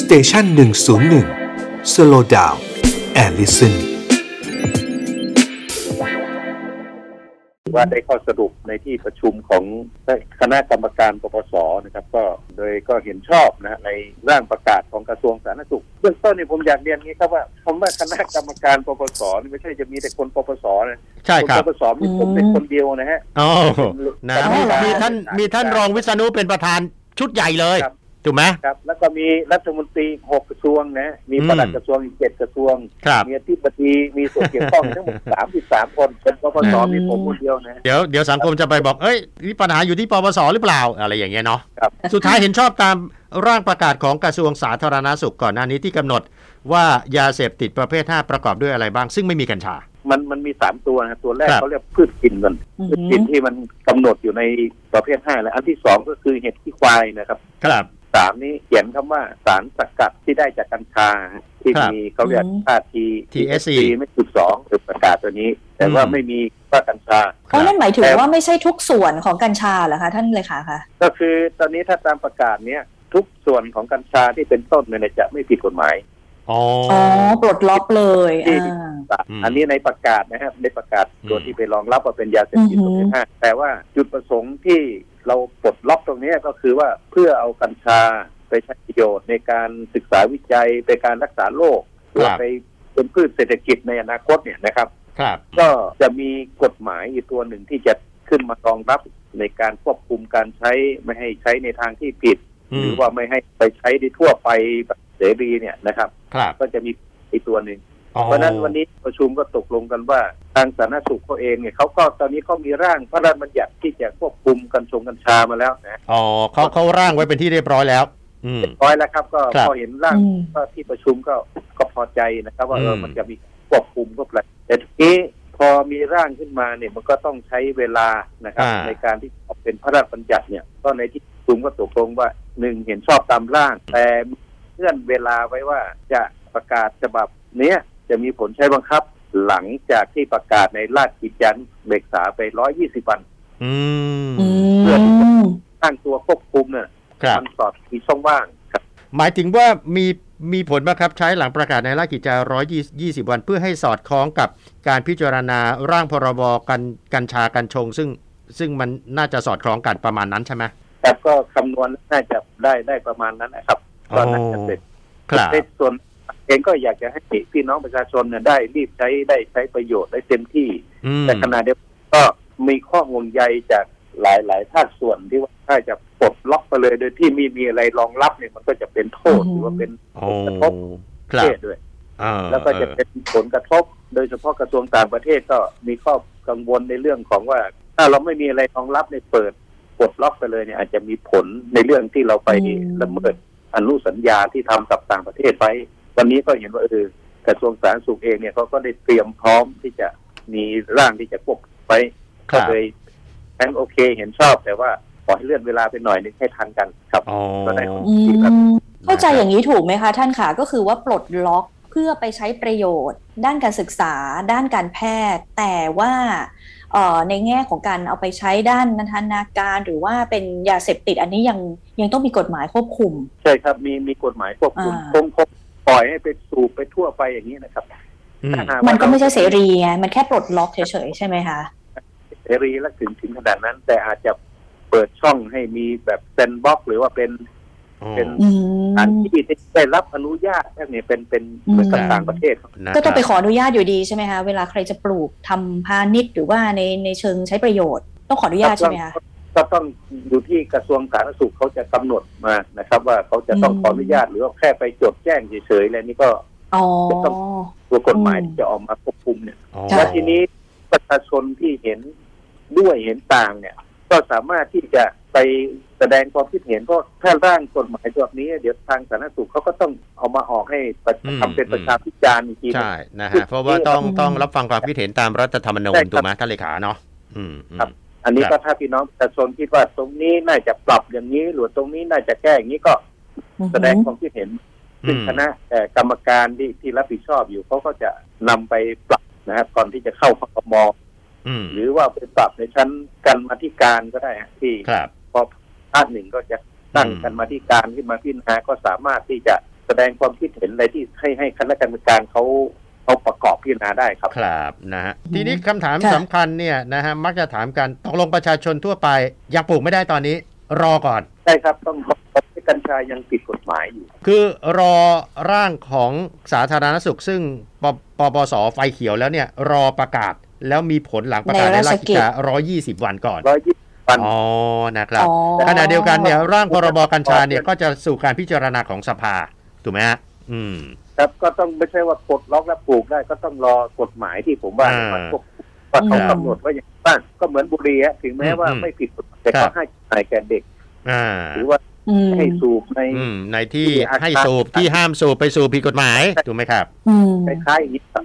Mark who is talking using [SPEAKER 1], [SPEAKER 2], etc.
[SPEAKER 1] สเตชันหนึ่งศูนย์หนึ่งสโลดาวแอลลิสัน
[SPEAKER 2] ว่าได้ข้อสรุปในที่ประชุมของคณะกรรมการปปสนะครับ ก็โดยก็เห็นชอบนะฮะในร่างประกาศของกระทรวงสาธารณสุขเบื้องต้นเนี่ยผมอยากเรียนอย่างนี้ครับว่าคำว่าคณะกรรมการปปสนี่ไม่ใช่จะมีแต่คนปปสนะ
[SPEAKER 3] ใช่
[SPEAKER 2] คน
[SPEAKER 3] ครั
[SPEAKER 2] ป
[SPEAKER 3] บ
[SPEAKER 2] ปสมีผมเป็นคนเดียวนะฮะ
[SPEAKER 3] อ๋อนะ
[SPEAKER 2] เป็นเลขา
[SPEAKER 3] มีท่านมีท่านรองวิษณุเป็นประธานชุดใหญ่เลย
[SPEAKER 2] ครับ
[SPEAKER 3] ถูกไหม
[SPEAKER 2] ครับ แล้วก็มีรัฐมนตรีหกกระทรวงนะฮะมี
[SPEAKER 3] อืม
[SPEAKER 2] ปลัดกระทรวงอีกเจ็ดกระทรวง
[SPEAKER 3] ครับ
[SPEAKER 2] มีอธิบดีมีส่วนเกี่ยวข้องทั้งหมดสามสิบสามคนเป็นปปสมีผมคนเดียวนะฮะ
[SPEAKER 3] เดี๋ยวเดี๋ยวสังคมจะไปบอก เอ้ยนี่ปัญหาอยู่ที่ปปสหรือเปล่า อะไรอย่างเงี้ยเนาะ
[SPEAKER 2] ครับ
[SPEAKER 3] สุดท้ายเห็นชอบตามร่างประกาศของกระทรวงสาธารณาสุขก่อนหน้านี้ที่กำหนด ว่ายาเสพติดประเภท 5 ประกอบด้วยอะไรบ้าง ซึ่งไม่มีกัญชา
[SPEAKER 2] มันมันมีสามตัวนะครับตัวแรก
[SPEAKER 3] ครับ
[SPEAKER 2] เขาเรียกพืชกินก่อน
[SPEAKER 4] อือ
[SPEAKER 2] พืช
[SPEAKER 4] หื
[SPEAKER 2] กิน
[SPEAKER 4] อ
[SPEAKER 2] ที่มันกำหนดอยู่ในประเภทห้าและอันที่สองก็คือเห็ดขี้ควายนะครับ
[SPEAKER 3] ครับ
[SPEAKER 2] สามนี้เขียนคำว่าสารสกัดที่ได้จากกัญชา ที่
[SPEAKER 3] ครับ
[SPEAKER 2] มีเขาเรียกค่าที
[SPEAKER 3] TSC
[SPEAKER 2] ไม่จุดสองหรือประกาศตัวนี้ แต่ว่า
[SPEAKER 3] อืม
[SPEAKER 2] ไม่มีว่ากัญชา
[SPEAKER 3] ครั
[SPEAKER 4] อ๋อบ นั่นหมายถึง
[SPEAKER 2] แต่
[SPEAKER 4] ว่าไม่ใช่ทุกส่วนของกัญชาเหรอคะท่านเลขาคะ
[SPEAKER 2] ก็คือตอนนี้ถ้าตามประกาศเนี้ยทุกส่วนของกัญชาที่เป็นต้นเนี่ยจะไม่ผิดกฎหมาย
[SPEAKER 3] อ๋อ
[SPEAKER 4] อ๋อปลดล็อกเลยอ่า
[SPEAKER 3] อืม
[SPEAKER 2] อันนี้ในประกาศนะครับในประกาศตัว
[SPEAKER 3] อืม
[SPEAKER 2] ที่ไปรองรับว่าเป็นยาเสพติด
[SPEAKER 4] อื
[SPEAKER 2] ประ
[SPEAKER 4] อ
[SPEAKER 2] เภ
[SPEAKER 4] หื
[SPEAKER 2] ท
[SPEAKER 4] อ
[SPEAKER 2] ห้าแต่ว่าจุดประสงค์ที่เราปลดล็อกตรงนี้ก็คือว่าเพื่อเอากัญชาไปใช้ประโยชน์ในการศึกษาวิจัยไปการรักษาโรคหรือว่าไปเป็นพืชเศรษฐกิจในอนาคตเนี่ยนะครับ
[SPEAKER 3] ครับ
[SPEAKER 2] ก็จะมีกฎหมายอีกตัวหนึ่งที่จะขึ้นมารองรับในการควบคุมการใช้ไม่ให้ใช้ในทางที่ผิด หรือว่าไม่ให้ไปใช้ในทั่วไปแบบเสรีเนี่ยนะครับ
[SPEAKER 3] ครับ
[SPEAKER 2] ก็จะมีอีกตัวหนึ่ง
[SPEAKER 3] อ๋อ
[SPEAKER 2] เพราะฉะนั้นวันนี้ประชุมก็ตกลงกันว่า ทางสาธารณสุขเขาเองเนี่ยเขาก็ตอนนี้เขามีร่างพระราชบัญญัติที่จะควบคุมกัญชงกัญชามาแล้วนะ
[SPEAKER 3] อ๋อเขาเขาร่างไว้เป็นที่เรียบร้อยแล้ว อืม
[SPEAKER 2] ร้อยแล้วครับก็
[SPEAKER 3] ครับ
[SPEAKER 2] พอเห็นร่าง
[SPEAKER 4] อืม
[SPEAKER 2] ก็ที่ประชุมก็ก็พอใจนะครับ ว่าเออ
[SPEAKER 3] ม
[SPEAKER 2] มันจะมีควบคุมก็แปลแต่ทีนี้พอมีร่างขึ้นมาเนี่ยมันก็ต้องใช้เวลานะครับ ในการที่ออกเป็นพระราชบัญญัติเนี่ยก็ในที่ประชุมก็ตกลงว่าหนึ่งเห็นชอบตามร่าง แต่เงื่อนเวลาไว้ว่าจะประกาศฉบับเนี้ยจะมีผลใช้บังคับ หลังจากที่ประกาศในราชกิจจานุเบกษาไป 120 วัน
[SPEAKER 3] อืม
[SPEAKER 4] อืม
[SPEAKER 2] ตั้งตัวควบคุมเนี่ย
[SPEAKER 3] ครับ
[SPEAKER 2] มัสอดมีช่องว่างครับ
[SPEAKER 3] หมายถึงว่ามีมีผลบังคับใช้หลังประกาศในราชกิจจา120 วัน เพื่อให้สอดคล้องกับการพิจารณาร่างพรบกันกัญชากัญชง ซึ่งซึ่งมันน่าจะสอดคล้องกันประมาณนั้นใช่ไหม
[SPEAKER 2] แต่ก็คำนวณน่าจะได้ได้ประมาณนั้นนะครับก็น่าจะเสร็จ
[SPEAKER 3] ครับ
[SPEAKER 2] ในส่วนเองก็อยากจะให้พี่น้องประชาชนเนี่ยได้รีบใช้ได้ใช้ประโยชน์ได้เต็มที่
[SPEAKER 3] อืม
[SPEAKER 2] แต่ขณะเดียวกันก็มีข้อห่วงใยจากหลายหลายภาคส่วนที่ว่าถ้าจะปลดล็อกไปเลยโดยที่ไมีมีอะไรรองรับเนี่ยมันก็จะเป็นโทษ
[SPEAKER 4] อืม
[SPEAKER 2] หรือว่าเป็น
[SPEAKER 3] โอ้
[SPEAKER 2] ผลกระทบ
[SPEAKER 3] ค
[SPEAKER 2] ประ
[SPEAKER 3] รั
[SPEAKER 2] เท
[SPEAKER 3] บ
[SPEAKER 2] ศด้วย
[SPEAKER 3] เออ
[SPEAKER 2] แล้วก็จะเป็นผลกระทบ โดยเฉพาะกระทรวงต่างประเทศก็มีข้อกังวลในเรื่องของว่า ถ้าเราไม่มีอะไรรองรับในเปิดปลดล็อกไปเลยเนี่ยอาจจะมีผลในเรื่องที่เราไป
[SPEAKER 4] อืม
[SPEAKER 2] ละเมิดอนุสัญญาที่ทำกับต่างประเทศไว้วันนี้ก็เห็นว่าเออกระทรวงสาธารณสุขเองเนี่ยเขาก็ได้เตรียมพร้อมที่จะมีร่างที่จะควบคุมไว้
[SPEAKER 3] ค
[SPEAKER 2] ก็
[SPEAKER 3] รับ
[SPEAKER 2] เลยแอนโอเคเห็นชอบ แต่ว่าขอให้เลื่อนเวลาไปหน่อยนึงให้ทันกันครับ
[SPEAKER 3] อ๋อ
[SPEAKER 2] ก็ได้
[SPEAKER 4] อืมเข้าใจ
[SPEAKER 3] นะครับ
[SPEAKER 4] อย่างนี้ถูกไหมคะท่านคะก็คือว่าปลดล็อกเพื่อไปใช้ประโยชน์ ด้านการศึกษา ด้านการแพทย์ แต่ว่าเอ่อในแง่ของการเอาไปใช้ด้านนันทนาการหรือว่าเป็นยาเสพติดอันนี้ยังยังต้องมีกฎหมายควบคุม
[SPEAKER 2] ใช่ครับมีมีกฎหมายควบคุม
[SPEAKER 4] อ่า
[SPEAKER 2] คงคงปล่อยให้ไปสูบไปทั่วไปอย่างนี้นะครับ
[SPEAKER 3] อืม
[SPEAKER 2] ถ้าหาว่า
[SPEAKER 4] มันก็ไม่ใช่เสรีไงมันแค่ปลดล็อกเฉยๆใช่ไหมคะ
[SPEAKER 2] เสรีและถึงถึงขนาดนั้น แต่อาจจะเปิดช่องให้มีแบบเซนบ็อกหรือว่าเป็นเป็น
[SPEAKER 4] อื
[SPEAKER 2] ส
[SPEAKER 4] ม
[SPEAKER 2] ถานที่ที่ได้รับอนุญาตแค่นี้เป็นเป็น
[SPEAKER 4] อืม
[SPEAKER 2] เหมือนกับต่างประเทศครับ
[SPEAKER 4] ก็ต้องไปขออนุญาตอยู่ดีใช่ไหมคะเวลาใครจะปลูกทำพาณิชย์หรือว่าในในเชิงใช้ประโยชน์ ต้องขออนุญาตใช่ไหมคะ
[SPEAKER 2] ก็ต้องอยู่ที่กระทรวงสาธารณสุขเขาจะกำหนดมานะครับ ว่าเขาจะต้อง
[SPEAKER 4] อืม
[SPEAKER 2] ขออนุญาตหรือว่าแค่ไปจดแจ้งเฉยๆอะไรนี่ก็
[SPEAKER 4] อ๋อ
[SPEAKER 2] ตัวกฎหมาย
[SPEAKER 4] อืม
[SPEAKER 2] ที่จะออกมาควบคุมเนี่ย
[SPEAKER 4] ใช่
[SPEAKER 2] และทีนี้ประชาชนที่เห็นด้วยเห็นต่างเนี่ย ก็สามารถที่จะไปแสดงความคิดเห็นเพราะถ้าร่างกฎหมายฉบับนี้ เดี๋ยวทางสาธารณสุขเขาก็ต้องเอามาออกให้ประ
[SPEAKER 3] อืม
[SPEAKER 2] ทำเป็นประชาพิจารณ์อีกทีหนึ่ง
[SPEAKER 3] ใช่นะฮะเพราะว่าต้องต้องรับฟังความคิดเห็นตามรัฐธรรมนูญ
[SPEAKER 2] ใช่ครับ
[SPEAKER 3] ถูกไหมท่านเลขาเนาะอืมอืม
[SPEAKER 2] ครับ อันนี้
[SPEAKER 3] ครั
[SPEAKER 2] ก็
[SPEAKER 3] บ
[SPEAKER 2] ถ้าพี่น้องประชาชนคิดว่าตรงนี้น่าจะปรับอย่างนี้ หรือตรงนี้น่าจะแก้อย่างนี้ก็แสดงความคิดเห็น ซึ่งคณะเอ่อกรรมการที่ที่รับผิดชอบอยู่เขาก็จะนำไปปรับนะครับก่อนที่จะเข้าคอมอ
[SPEAKER 3] อืม
[SPEAKER 2] หรือว่าไปปรับในชั้นกรรมาธิการก็ได้ฮะที่
[SPEAKER 3] ครับ
[SPEAKER 2] พอภาคหนึ่งก็จะตั้ง
[SPEAKER 3] อืม
[SPEAKER 2] กันมาที่การขึ้นมาพิจารณาก็สามารถที่จะ แสดงความคิดเห็นอะไรที่ให้ให้คณะกรรมการเขาเขาประกอบพิจารณาได้ครับ
[SPEAKER 3] ครับนะฮะทีนี้คำถาม
[SPEAKER 4] ค่ะ
[SPEAKER 3] สำคัญเนี่ยนะฮะมักจะถามกันตกลงประชาชนทั่วไปยังปลูกไม่ได้ตอนนี้ รอก่อน
[SPEAKER 2] ใช่ครับต้องบอกว่ากัญชายังผิดกฎหมายอยู่
[SPEAKER 3] คือรอร่างของสาธารณสุข ซึ่งปปปสไฟเขียวแล้วเนี่ยรอประกาศแล้วมีผลหลังประกาศใน
[SPEAKER 4] ใน
[SPEAKER 3] รา
[SPEAKER 4] รา
[SPEAKER 3] ช
[SPEAKER 4] ช
[SPEAKER 3] กิ
[SPEAKER 4] กิ
[SPEAKER 3] จ
[SPEAKER 4] จ
[SPEAKER 3] จา120 วันก่อน
[SPEAKER 2] ร้อยยี่สิบวัน
[SPEAKER 3] อ๋อ นะครับ
[SPEAKER 4] อ๋อ
[SPEAKER 3] ขณะเดียวกันเนี่ยร่างพรบกัญชาเนี่ยก็จะสู่การพิจารณาของสภา ถูกไหมฮะอืม
[SPEAKER 2] ครับก็ต้องไม่ใช่ว่ากดล็อกแล้วปลูกได้ก็ต้องรอกฎหมายที่ผมว่า
[SPEAKER 3] อ่ามั
[SPEAKER 2] มันควบคุมว่าเขากำหนดว่าอย่างไรบ้างก็เหมือนบุหรี่อะถึงแม้ว่า
[SPEAKER 3] อืม
[SPEAKER 2] ไม่ผิดกฎหมายแต่
[SPEAKER 3] ครั
[SPEAKER 2] ก็
[SPEAKER 3] บ
[SPEAKER 2] ให้ใส่แก่เด็ก
[SPEAKER 3] อ่า
[SPEAKER 2] หรือว่า
[SPEAKER 4] อืม
[SPEAKER 2] ให้สูบใน
[SPEAKER 3] อืมในที่
[SPEAKER 2] ที่อาคาร
[SPEAKER 3] ให้สูบที่ห้ามสูบไปสูบผิดกฎหมาย ถูกไหมครับ
[SPEAKER 4] อืม
[SPEAKER 2] คล้ายๆอย่างนี้ครับ